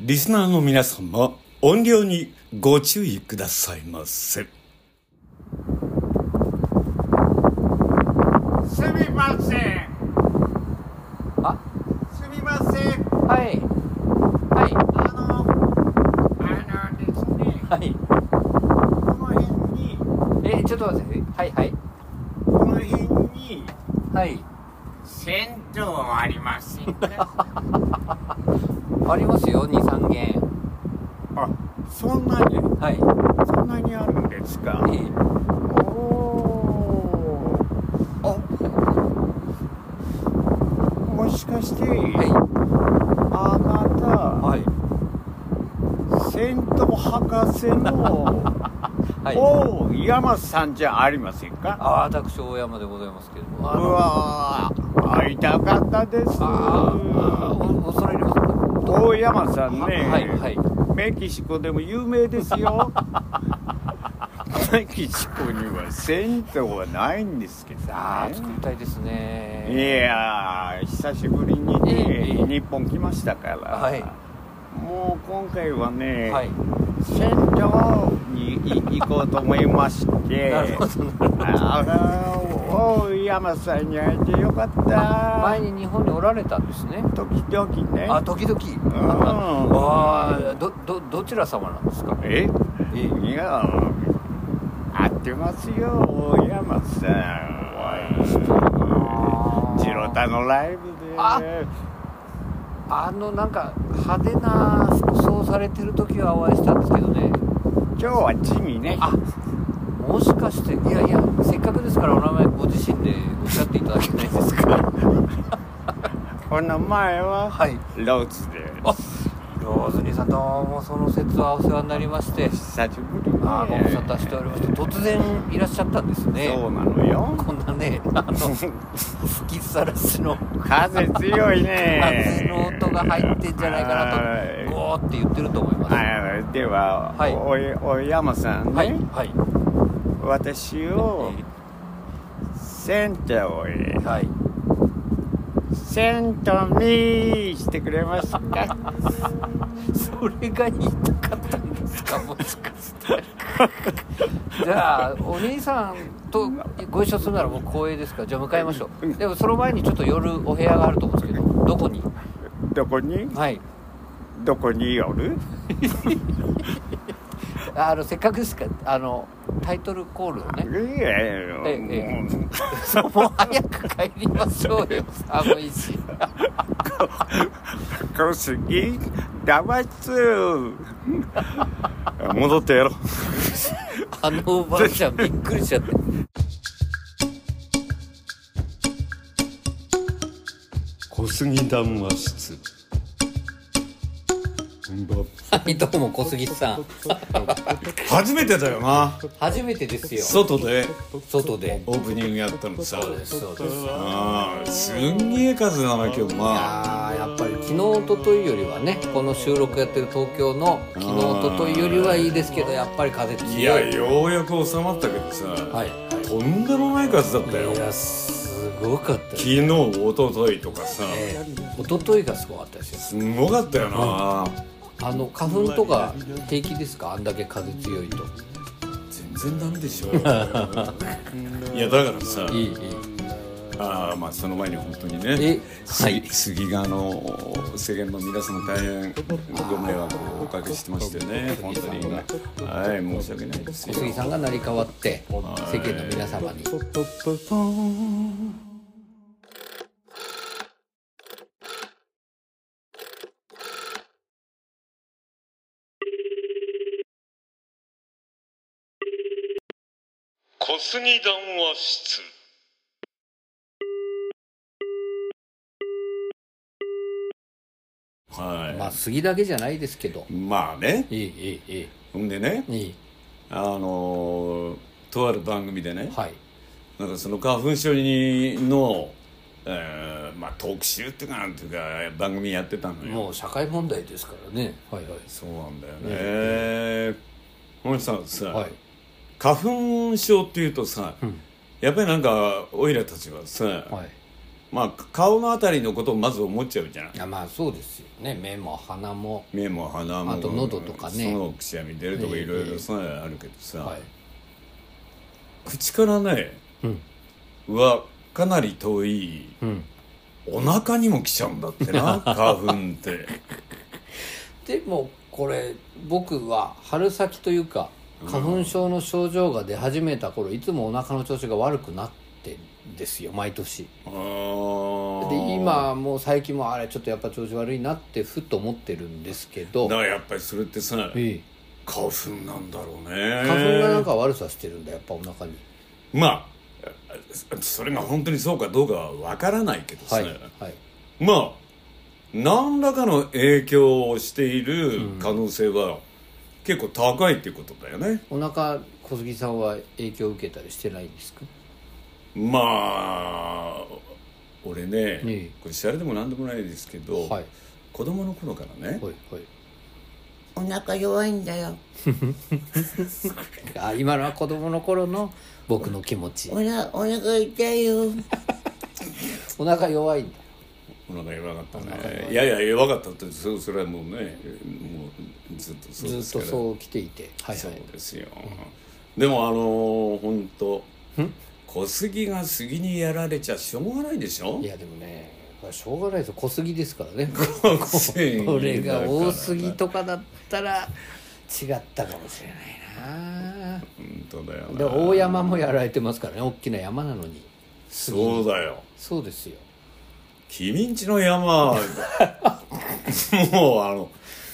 リスナーの皆様、音量にご注意くださいませ。すみませんあすみませんはい。はあのあのですねい。はい。この辺にえ、ちょっと待って。はいはい。この辺にはい。銭湯ありませんかありますよ、2、3軒。あそんなにはい。そんなにあるんですかえおーあもしかして、えはい。あなた、はい。銭湯博士 のはい。おう山さんじゃありませんかあ、私、大山でございますけれども。うわー会いたかったですああー、お恐れ入ります。大山さんね、はいはい。メキシコでも有名ですよ メキシコには銭湯はないんですけどああ、作りねたいですね。いやー久しぶりにねええ日本来ましたから、はいもう今回はね、はい。銭湯にい 行こうと思いましてなるほどなるほどあら大山さんに会えてよかった前に日本におられたんですね。時々ねあ、時々。うんああ、ど、ど、どちら様なんですかええいや合ってますよ大山さんあージロタのライブでああのなんか派手な服装されてる時はお会いしたんですけどね今日は地味ねあもしかしていやいやせっかくですからお名前ご自身でおっしゃっていただけないですかお名前は、はいローズであローズニーさんどうもその節はお世話になりましてす久しぶりねあーご無沙汰しておりまして突然いらっしゃったんですねそうなのよこんなねあの吹きさらし の風強いね風の音が入ってんじゃないかなとゴーって言ってると思いますはいなとでは、はいおいおい山さんね、はい私を銭湯へはい銭湯にしてくれます かそれが言いたかったんですかもしかしてじゃあお兄さんとご一緒するならもう光栄ですからじゃあ迎えましょうでもその前にちょっと夜お部屋があると思うんですけどどこにどこにはいどこにおるあのせっかくですからあのタイトルコールをねいやいやええそうもう早く帰りましょうよ寒いし小杉騙す戻ってやろうあのおばあちゃんびっくりしちゃって小杉談話室。 はいどうも小杉さん初めてだよな。初めてですよ外で外でオープニングやったのさ。そうですそうですあーすんげえ数だな、今日な。あーやっぱり昨日一昨日よりはねこの収録やってる東京の昨日一昨日よりはいいですけどやっぱり風強いいや、ようやく収まったけどさ、はいとんでもない数だったよい。やすごかったです昨日、一昨日とかさ、ええ一昨日がすごかったですよすんごかったよな。あの花粉とか平気ですかあんだけ風強いと全然ダメで しょいやだからさいいいいあーまあその前に本当にねえすはい杉があの世間の皆様大変ご迷惑をおかけしてましてね本当にはい申し訳ないです小よ杉さんが成り代わって世間の皆様に小杉談話室はいまあ杉だけじゃないですけどまあねいいいいいほんでねいいいあのーとある番組でね、はいなんかその花粉症にの、えーまあ、特集っていうかなんていうか番組やってたのよもう社会問題ですからねはいはいそうなんだよね森さんさ、はい花粉症っていうとさ、うんやっぱりなんかおいらたちはさ、はいまあ顔のあたりのことをまず思っちゃうじゃんいやまあそうですよね目も鼻も目も鼻もあと喉とかねそのくしゃみ出るとかええいろいええろそういうのあるけどさ、はい口からねうんはかなり遠いうんお腹にも来ちゃうんだって な花粉ってでもこれ僕は春先というか花粉症の症状が出始めた頃いつもお腹の調子が悪くなってんですよ毎年あでー今もう最近もあれちょっとやっぱ調子悪いなってふっと思ってるんですけだどからやっぱりそれってさ花ええ粉なんだろうね花粉がなんか悪さしてるんだやっぱお腹にまあそれが本当にそうかどうかはわからないけどさ、はいはいまあ何らかの影響をしている可能性は結構高いっていうことだよね、お腹小杉さんは影響を受けたりしてないんですかまあ俺ね、ええこれシャレでも何でもないですけど、はい子供の頃からね、はいはいお腹弱いんだよ あ今のは子供の頃の僕の気持ちおなお腹痛いよお腹弱いんだお腹弱かったねいやいや弱かったってそそれはもうねもうずっとそうずっですとからそう来ていてはいそはういですよ、でもあのー、ほんと小杉が杉にやられちゃしょうがないでしょいやでもねこれしょうがないですよ濃すぎですから ね小杉だからこれが多すぎとかだったら違ったかもしれないな本当だよなで大山もやられてますからね大きな山なのにそうだよそうですよ君んちの山 もうあの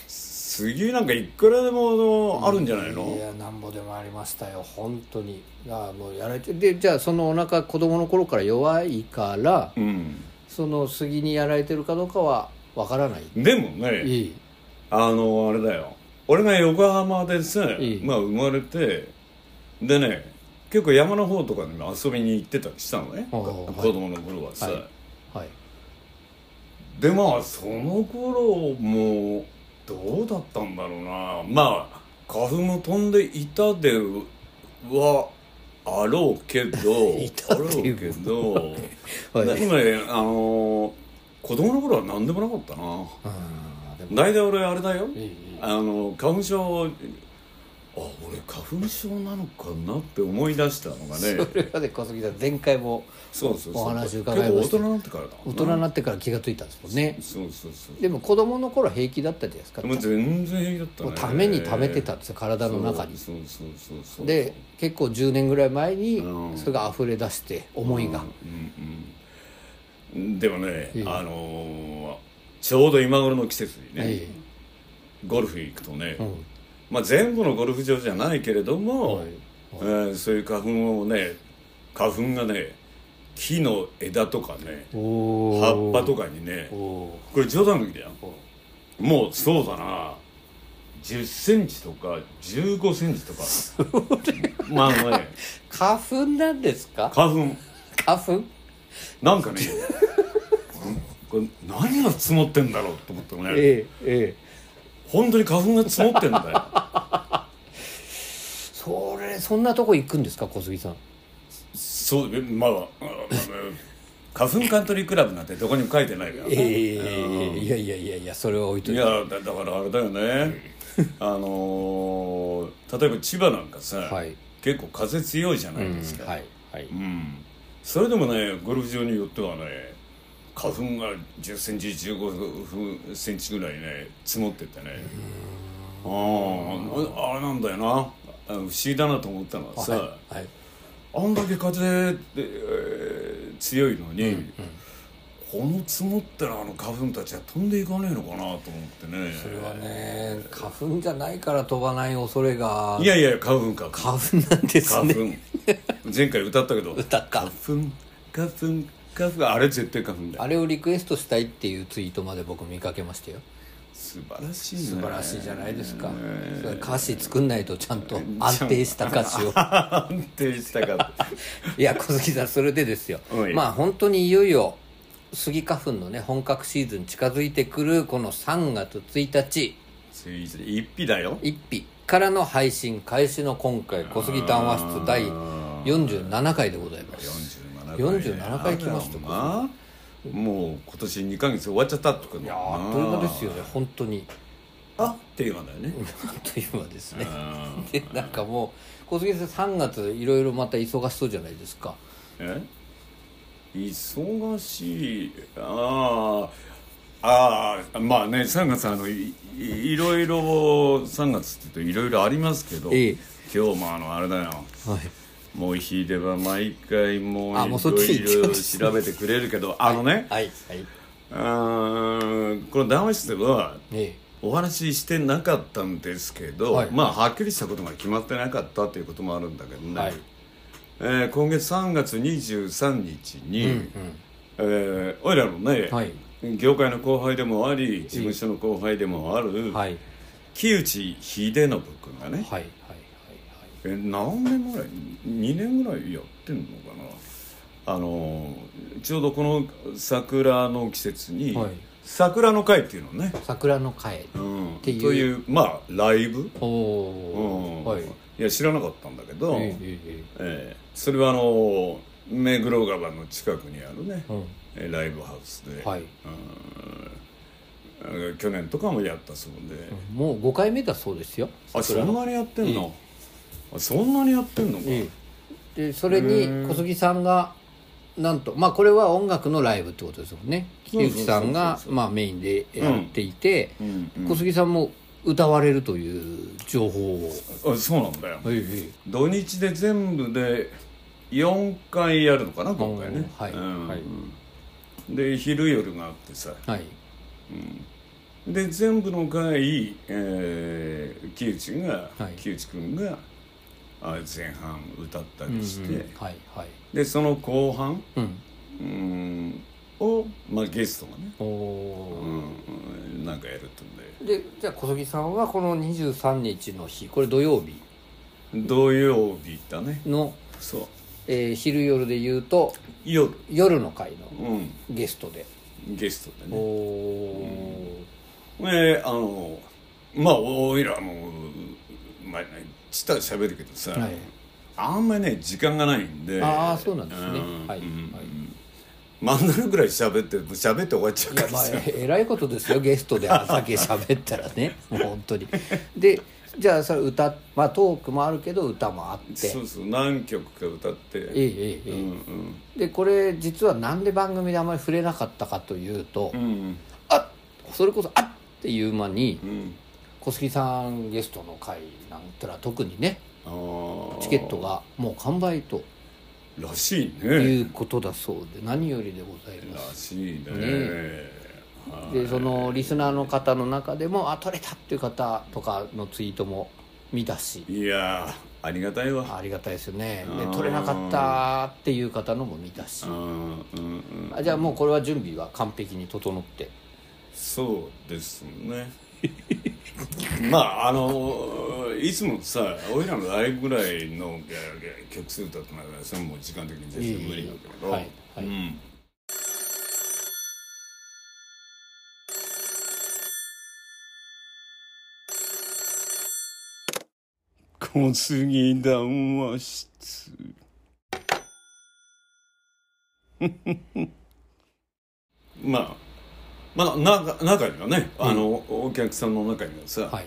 杉なんかいくらでもあのあるんじゃないの、いやなんぼでもありましたよ本当にああもうやられてでじゃあそのお腹子供の頃から弱いから、うんその杉にやられてるかどうかはわからないでもねいいあのあれだよ俺が横浜でさ、いいまあ、生まれてでね結構山の方とかにも遊びに行ってたりしたのねああ子はい供の頃はさ、はいはいでまあその頃もうどうだったんだろうなまあ花粉も飛んでいたではあろうけど いたっていうあろうけど、はい今ねあの子供の頃は何でもなかったなああでも大体俺あれだよいいいいあの花粉症あ俺花粉症なのかなって思い出したのがねそれまで小杉さん前回もそうそうそうお話伺結い構ま大した人になってからだ大人になってから気がついたんですもんねそうそうそうでも子供の頃は平気だったじゃないですかもう全然平気だったねもうためにためてたんですよ体の中にそうそうそうそうで結構10年ぐらい前にうんそれが溢れ出して思いが、でもね、ええあのーちょうど今頃の季節にね、えゴルフ行くとね、えうんまあ、全部のゴルフ場じゃないけれども、はいえーそういう花粉をね花粉がね木の枝とかね葉っぱとかにねおおこれ冗談抜きだよーおもうそうだな1 0ンチとか1 5ンチとかまあねー花粉なんですか花粉花粉なんかね これ何が積もってんだろうと思ってもね、ええええ本当に花粉が積もってんだよ それそんなとこ行くんですか小杉さんそうえまあああ花粉カントリークラブなんてどこにも書いてないから、ええええええいやいやいやいやそれは置いといいてやはだだからあれだよ ねあのー例えば千葉なんかさ、はい結構風強いじゃないですか、いはいうんそれでもねゴルフ場によってはね花粉が1 0ンチ1 5センチぐらいね積もってってねあああれなんだよなあの不思議だなと思ったのはさ、はいはいあんだけ風って、えー強いのに、この積もってるあの花粉たちは飛んでいかねえのかなと思ってねそれはね花粉じゃないから飛ばない恐れがいやいや花粉花粉花粉なんです花ね粉前回歌ったけど歌か花粉花粉花粉あれ絶対花粉だよあれをリクエストしたいっていうツイートまで僕見かけましたよ素晴らしいね素晴らしいじゃないですか、それ歌詞作んないとちゃんと安定した歌詞を安定したかったいや小杉さんそれでですよはいまあ本当にいよいよスギ花粉のね本格シーズン近づいてくるこの3月1日スイーツで一匹だよ1日からの配信開始の今回小杉談話室第47回でございます47 47回来ましたあらまあもう今年2ヶ月終わっちゃったとかいいやーあっという間ですよね本当にあっていう間だよねあっという間ですねうんでなんかもう小杉さん3月いろいろまた忙しそうじゃないですかえ忙しいああああまあね3月あのいいいろいろ3月って言うといろいろありますけど、ええ今日もあのあれだよはいもうひでは毎回もあもううそっちい行っちゃろういろ調べてくれるけどあのね、はいはいうーんこの談話室ではえお話ししてなかったんですけど、はいまあはっきりしたことが決まってなかったということもあるんだけどえね、はいえー今月3月23日に、うんえーおいらのね、はい業界の後輩でもあり事務所の後輩でもあうる、んはい木内秀信君がね、はいはいはいえ何年ぐらい2年ぐらいやってんのかなあのーちょうどこの桜の季節に、はい桜の会っていうのね、桜の会うん、っていうというまあライブ、うおおんはいいや知らなかったんだけど、えええええそれはあの目黒川の近くにあるねえ、うんえライブハウスで、はいうん去年とかもやったそうで、もう5回目だそうですよあそんなにやってんの、あそんなにやってんのか、ええでそれに小杉さんがなんとまあこれは音楽のライブってことですもんねそうそうそうそう木内さんがまあメインでやっていて、うんうん小杉さんも歌われるという情報を、あそうなんだよはいはい土日で全部で4回やるのかな今回ねおーはいうんはいで昼夜があってさはいで全部の回、えー、木内が、はい木内君があ前半歌ったりして、うんうんはいはいでその後半うんうんを、まあ、ゲストがね、おうおん、なんかやるってんでー、でじゃあ小杉さんはこの23日の日これ土曜日土曜日だねの、そうえー昼夜で言うと夜夜の会のうんゲストで、ゲストでおねおであのまあおいらもうまあねちったら喋るけどさ、ー、はいあんまりね時間がないんでああそうなんですねうんはい、うんはいまんなるぐらい喋って喋って終わっちゃういかやらまあさ、ええらいことですよゲストであんだけ喋ったら ねもう本当にでじゃあそれ歌まあトークもあるけど歌もあってそうそう何曲か歌ってええええうえんえでこれ実はなんで番組であまり触れなかったかというと、うんうんあそれこそあっっていう間にうん小杉さんゲストの回なんてのは特にねあーチケットがもう完売とらしいいねうことだそうで何よりでございまらすしいねねえはいでそのリスナーの方の中でも「あ取れた」っていう方とかのツイートも見たしいやーありがたいわありがたいですよねうでん取れなかったっていう方のも見たしうんうんうんあじゃあもうこれは準備は完璧に整ってそうですね まああのいつもさ俺らのライブぐらいのいやいや曲数歌ってならそれもう時間的に全然無理だけど、はいはいうん小杉談話室 まあまあ中中にはね、あのお客さんの中にはさ、はい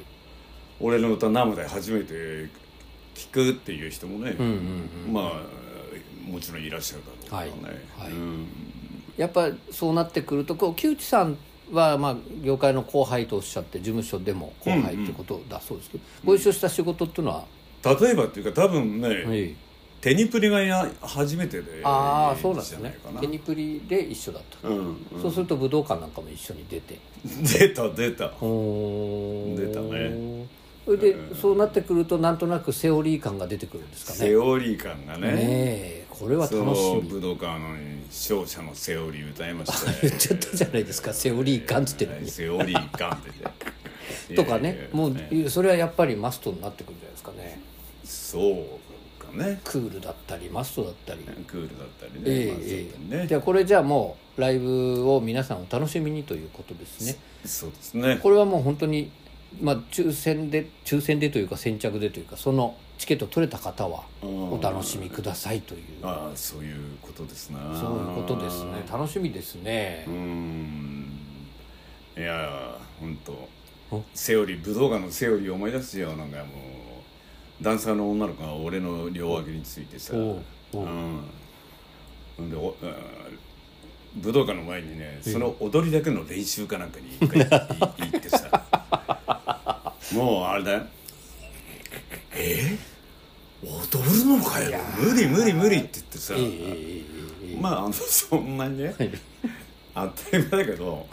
俺の歌生で初めて聞くっていう人もね、うんうんうんまあもちろんいらっしゃるだろうからね、はいはいうんやっぱそうなってくるとこう木内さんはまあ業界の後輩とおっしゃって事務所でも後輩ってことだそうですけど、ご一緒した仕事っていうのは、例えばっていうか多分ね、ええテニプリがや初めてでああそうなんですじゃねいかなテニプリで一緒だった、うんうんそうすると武道館なんかも一緒に出て出た出た出出たねそれで、そうなってくるとなんとなくセオリー感が出てくるんですかねセオリー感がねねえこれは楽しそうみ武道館の勝者のセオリー歌いましたね言っ ちゃったじゃないですかセオリー感っつってるのにセオリー感って とかねもうねそれはやっぱりマストになってくるんじゃないですかねそうかねクールだったりマストだったりクールだったりね,、ええまあえそうえだねじゃあこれじゃあもうライブを皆さんお楽しみにということですねそうですねこれはもう本当にまあ抽選で抽選でというか先着でというかそのチケット取れた方はうんお楽しみくださいというああそういうことですなそういうことですね楽しみですねうーんいやーほんとおセオリー武道館のセオリーを思い出すよなんかもうダンサーの女の子が俺の両脇についてさおうおううんほんでおうん武道館の前にねその踊りだけの練習かなんかに一 回い行ってさもうあれだよえ踊るのかよ無理無理無理って言ってさいいいいいいいいまああのそんなにね当たり前だけど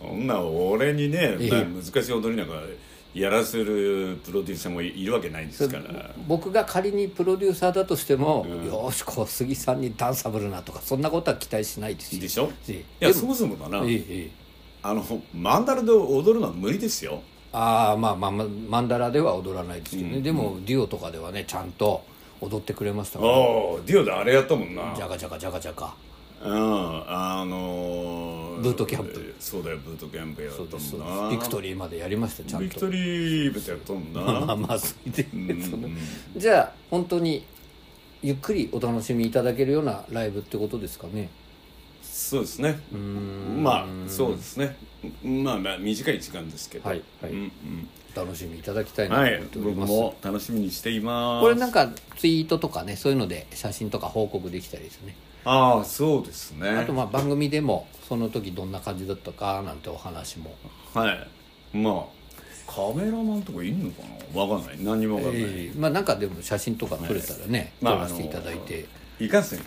そんな俺にねええ難しい踊りなんかやらせるプロデューサーもいるわけないですから僕が仮にプロデューサーだとしても、よーし小杉さんにダンサブルなとかそんなことは期待しないですしでしょええいでやもそもそもだなええええあのマンダラで踊るのは無理ですよああまあまあまあマンダラでは踊らないですけどね、でもデュオとかではねちゃんと踊ってくれましたああからディオであれやったもんなジャカジャカジャカジャカうんあのブートキャンプそうだよブートキャンプやったそもうですそんなうですビクトリーまでやりましたちゃんビクとトリーブってやったもんな まあまあそれで、うんそのじゃあ本当にゆっくりお楽しみいただけるようなライブってことですかねそうですねまあそうですねまあまあ短い時間ですけどはいはい、うんお楽しみいただきたいなとはい思ってお僕ります、も楽しみにしていますこれなんかツイートとかねそういうので写真とか報告できたりですねああそうですねあとまあ番組でもその時どんな感じだったかなんてお話もはいまあカメラマンとかいんのかなわかんない何にもわかんない、ええまあなんかでも写真とか撮れたらね、まあ撮らせていただいて、いかんせん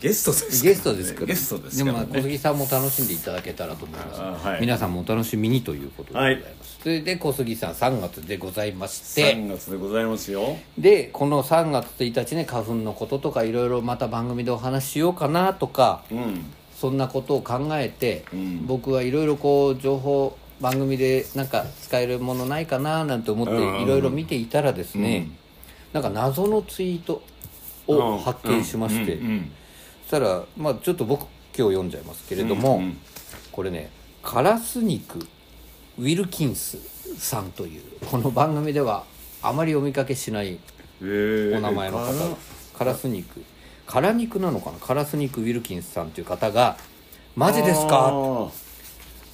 ゲストですからねゲストですけどゲストですから、ね、もまあ小杉さんも楽しんでいただけたらと思います、あはい皆さんもお楽しみにということでございます、それで小杉さん3月でございまして3月でございますよでこの3月1日ね花粉のこととかいろいろまた番組でお話ししようかなとか、うんそんなことを考えて、僕はいろいろこう情報番組でなんか使えるものないかななんて思ってうんうんいろいろ見ていたらですね、なんか謎のツイートを発見しまして、うんうんそしたら、まあ、ちょっと僕今日読んじゃいますけれども、うんうんこれね「カラス肉ウィルキンスさん」というこの番組ではあまりお見かけしないえーお名前の方、カラス肉から肉なのかなカラス肉ウィルキンスさんという方が「マジですあか?」ー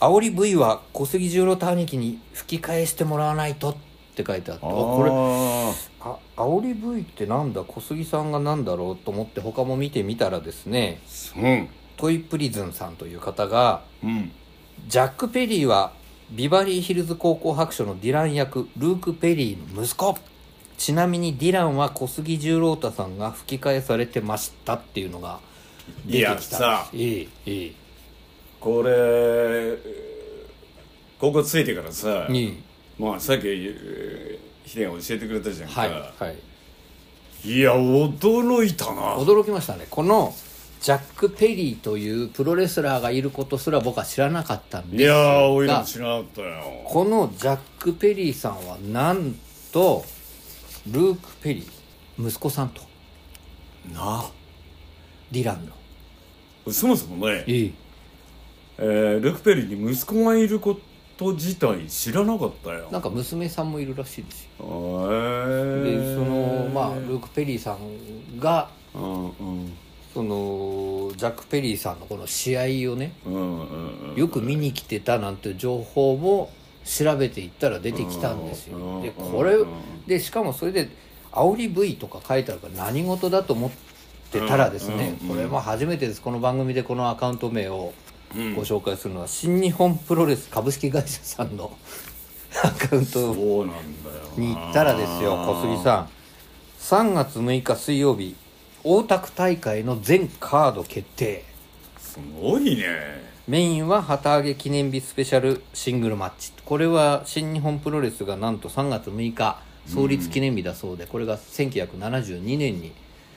煽り V は小杉十郎と兄貴に吹き返してもらわないと」って書いてあってあこれこあ煽り V ってなんだ小杉さんがなんだろうと思って他も見てみたらですねれうんトイプリズンさんという方がうんジャック・ペリーはビバリーヒルズ高校白書のディラン役ルーク・ペリーの息子ちなみにディランは小杉十郎太さんが吹き替えされてましたっていうのが出てきいたやさいいいいこれえーここついてからさ、いいまあさっきえーヒデが教えてくれたじゃんか、はい、はい、いや驚いたな驚きましたねこのジャック・ペリーというプロレスラーがいることすら僕は知らなかったんいですやがーおいらも知らなかったよこのジャック・ペリーさんはなんとルーク・ペリー息子さんとなディランのそもそもね、いいえールクペリに息子がいること自体知らなかったよなんか娘さんもいるらしいですへよでーそのまあルーク・ペリーさんがうんうんそのジャック・ペリーさんのこの試合をねうんうんよく見に来てたなんて情報も調べていったら出てきたんですうよんでこれでしかもそれで「煽り V」とか書いてあるから何事だと思ってたらですねこれも初めてですこの番組でこのアカウント名をご紹介するのは新日本プロレス株式会社さんのアカウントそうなんだよに行ったらですよ小杉さん3月6日水曜日大田区大会の全カード決定すごいねメインは旗揚げ記念日スペシャルシングルマッチこれは新日本プロレスがなんと3月6日創立記念日だそうで、これが1972年に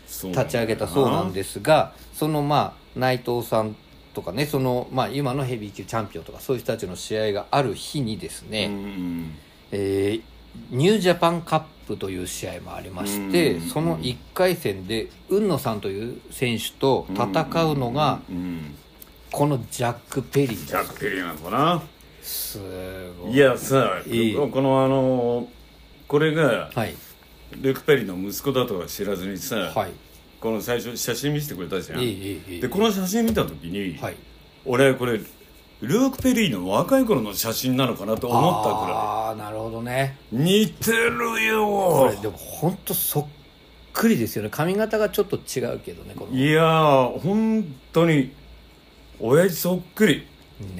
そうなんだよ立ち上げたそうなんですがそのまあ内藤さんとかねそのまあ今のヘビー級チャンピオンとかそういう人たちの試合がある日にですね、うんうんえーニュージャパンカップという試合もありまして、うんその1回戦で海野さんという選手と戦うのがうんこのジャック・ペリジーャックペリなのかなですすごいいやさいいこのあのこれがはいルーク・ペリの息子だとは知らずにさ、はいこの最初写真見せてくれたじゃん、ええええええでこの写真見た時に、はい俺これルーク・ペリーの若い頃の写真なのかなと思ったくらああなるほどねい似てるこよれでも本当そっくりですよね髪型がちょっと違うけどねこのいやー本当に親父そっくり、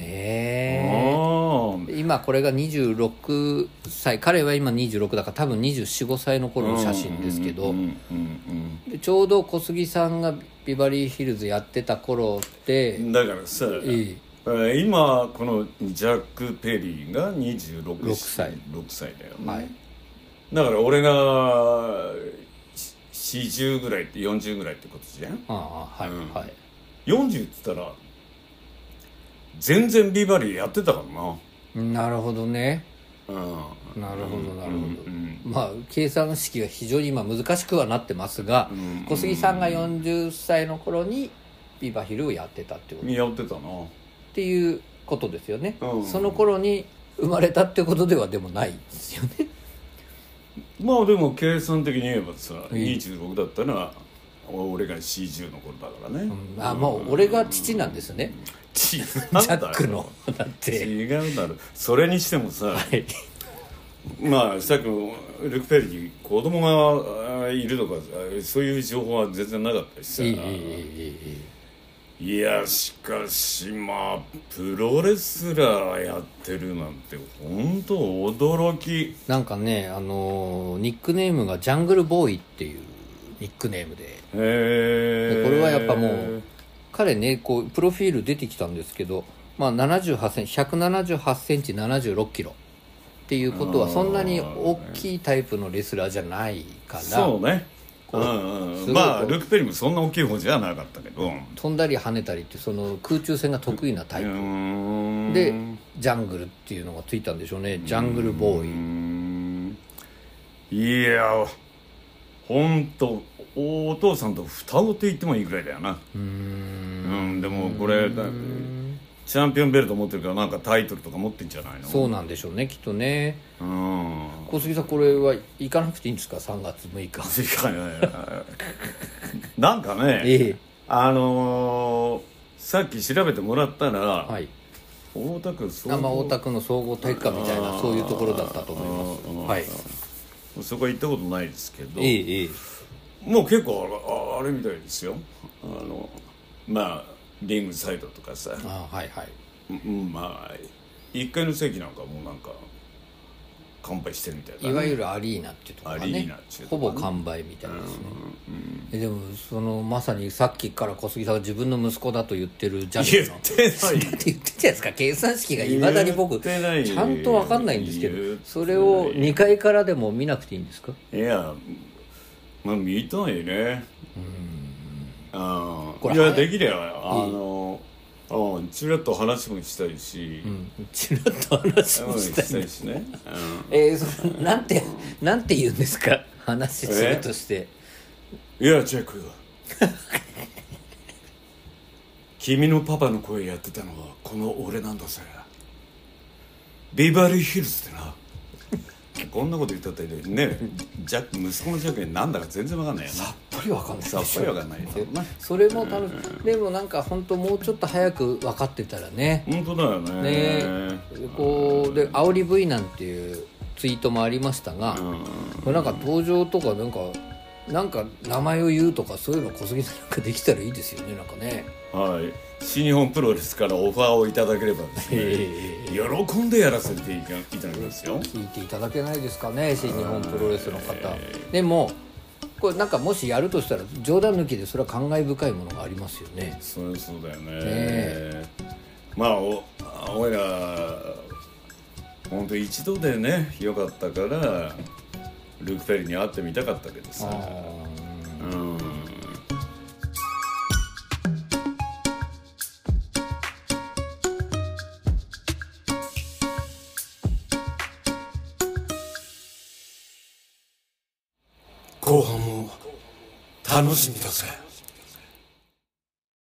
あねえ今これが26歳彼は今26だから多分245歳の頃の写真ですけど、うんうんうんでちょうど小杉さんがビバリーヒルズやってた頃で、うんだからさ、えええー今このジャック・ペリーが26 6歳6歳だよ、はい、だから俺がし40ぐらいって40ぐらいってことじゃんああはい、うんはい40っつったら全然ビバリーやってたからななるほどねうなるほどなるほど、んまあ計算式が非常に今難しくはなってますが、ん小杉さんが40歳の頃にビバヒルをやってたってこと、うんっやってたなていうことですよね、うんその頃に生まれたってことではでもないですよねまあでも計算的に言えばさん26だったら俺が40の頃だから ねあもう俺が父なんですよね、違ジャックのうだって違うだろそれにしてもさはいまあさっきもルク・ペリに子供があいるとかあそういう情報は全然なかったしさいいいいいいいいいいやしかしまあプロレスラーやってるなんて本当驚きなんかね、あのーニックネームがジャングルボーイっていうニックネームでへえでこれはやっぱもう彼ねこうプロフィール出てきたんですけど、まあ、78センチ178センチ76キロっていうことはそんなに大きいタイプのレスラーじゃないからそうねうこうんすうごんいまあこうルク・ペリもそんな大きい方じゃなかったけど飛んだり跳ねたりってその空中戦が得意なタイうプーんでジャングルっていうのがついたんでしょうねジャングルボーイいや本当お父さんと双子って言ってもいいぐらいだよなうんでもこれだチャンピオンベルト持ってるからなんかタイトルとか持ってんじゃないのそうなんでしょうねきっとねうん小杉さんこれは行かなくていいんですか3月6日 確かにねなんかね、ええあのーさっき調べてもらったら、はい大田区総合生大田区の総合体育館みたいなそういうところだったと思いますはいそこは行ったことないですけど、ええええもう結構あれあれみたいですよあのまあリングサイドとかさあはいはいうんまあ1階の席なんかもうなんか乾杯してるみたいないわゆるアリーナっていうところがアリーねナっていうとほこぼ完売みたいですねえでもそのまさにさっきから小杉さんが自分の息子だと言ってるジャニ言ーっのてないだって言ってたじゃないですか計算式がいまだに僕ち言ってないゃんと分かんないんですけ言っどてそれを2階からでも見なくていいんですかいやまあ見たいねあこあれいやできればあのうんちらっと話もしたいし、ちらっと話もしたいしたいしね、うんえー、そなんてなんて言うんですか話するとしていやジャック君のパパの声やってたのはこの俺なんだぜビバリーヒルズってなこんなこと言ったってねジャック息子のジャックになんだか全然わかんないよなさっぱりわかんないでしさょっぱりわかんないよなそれも楽しいでもなんか本当もうちょっと早く分かってたらね本当だよねねこうで煽り V なんていうツイートもありましたが、これなんか登場とかなんかなんか名前を言うとかそういうの小杉さんなんかできたらいいですよねなんかねはい新日本プロレスからオファーをいただければですね喜んでやらせていただきますよ聞いていただけないですかね新日本プロレスの方、でもこれなんかもしやるとしたら冗談抜きでそれは感慨深いものがありますよねそうそうだよねえまあおあおいら本当一度でねよかったからルク・ペリに会ってみたかったけどさうん後半も楽しみだぜ